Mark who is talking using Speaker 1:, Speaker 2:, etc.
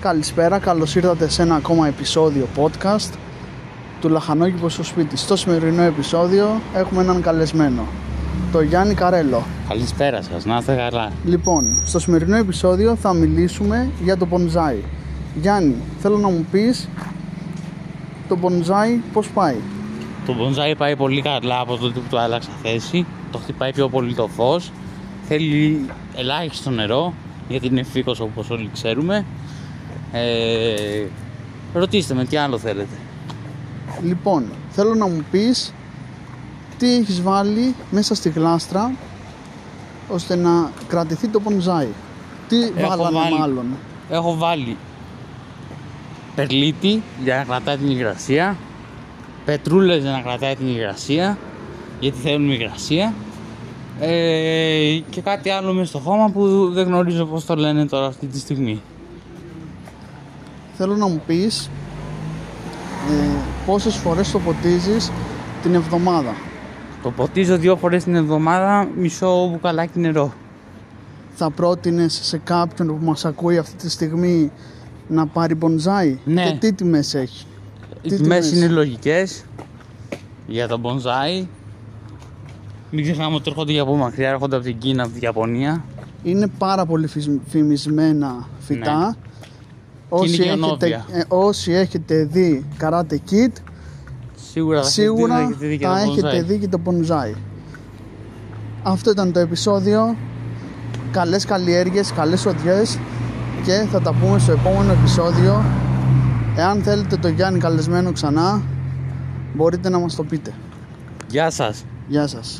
Speaker 1: Καλησπέρα, καλώς ήρθατε σε ένα ακόμα επεισόδιο podcast του Λαχανόκηπος στο σπίτι. Στο σημερινό επεισόδιο έχουμε έναν καλεσμένο, το Γιάννη Καρέλο.
Speaker 2: Καλησπέρα σας, να είστε καλά.
Speaker 1: Λοιπόν, στο σημερινό επεισόδιο θα μιλήσουμε για το bonsai. Γιάννη, θέλω να μου πεις το bonsai πώς πάει.
Speaker 2: Το bonsai πάει πολύ καλά από τότε που το άλλαξα θέση. Το χτυπάει πιο πολύ το φως. Θέλει ελάχιστο νερό, γιατί είναι φύκος όπως όλοι ξέρουμε. Ε, ρωτήστε με τι άλλο θέλετε.
Speaker 1: Λοιπόν, θέλω να μου πεις τι έχεις βάλει μέσα στη γλάστρα ώστε να κρατηθεί το bonsai. Τι
Speaker 2: Έχω
Speaker 1: βάλανε
Speaker 2: βάλει-
Speaker 1: μάλλον.
Speaker 2: Έχω βάλει περλίτη για να κρατάει την υγρασία, πετρούλες για να κρατάει την υγρασία, γιατί θέλουν υγρασία, ε, και κάτι άλλο μες στο χώμα που δεν γνωρίζω πώς το λένε τώρα αυτή τη στιγμή.
Speaker 1: Θέλω να μου πεις ε, πόσες φορές το ποτίζεις την εβδομάδα.
Speaker 2: Το ποτίζω δύο φορές την εβδομάδα μισό μπουκαλάκι νερό.
Speaker 1: Θα πρότεινες σε κάποιον που μας ακούει αυτή τη στιγμή να πάρει μπονζάι
Speaker 2: Ναι.
Speaker 1: και τι τιμές έχει.
Speaker 2: Οι
Speaker 1: Τι
Speaker 2: τιμές
Speaker 1: τιμές?
Speaker 2: είναι λογικές για τον bonsai. Μην ξεχνάμε ότι έρχονται και από μακριά, έρχονται από την Κίνα, από την Ιαπωνία.
Speaker 1: Είναι πάρα πολύ φυσ- φημισμένα φυτά.
Speaker 2: Ναι. Και είναι
Speaker 1: έχετε,
Speaker 2: γενόβια.
Speaker 1: ε, όσοι έχετε δει Karate Kid,
Speaker 2: Σίγουρα, θα
Speaker 1: σίγουρα
Speaker 2: έχετε δει και
Speaker 1: θα
Speaker 2: το
Speaker 1: έχετε
Speaker 2: bonsai.
Speaker 1: δει και το bonsai. Αυτό ήταν το επεισόδιο. Καλές καλλιέργειες, καλές οδιές και θα τα πούμε στο επόμενο επεισόδιο. Εάν θέλετε το Γιάννη καλεσμένο ξανά, μπορείτε να μας το πείτε.
Speaker 2: Γεια σας.
Speaker 1: Γεια σας.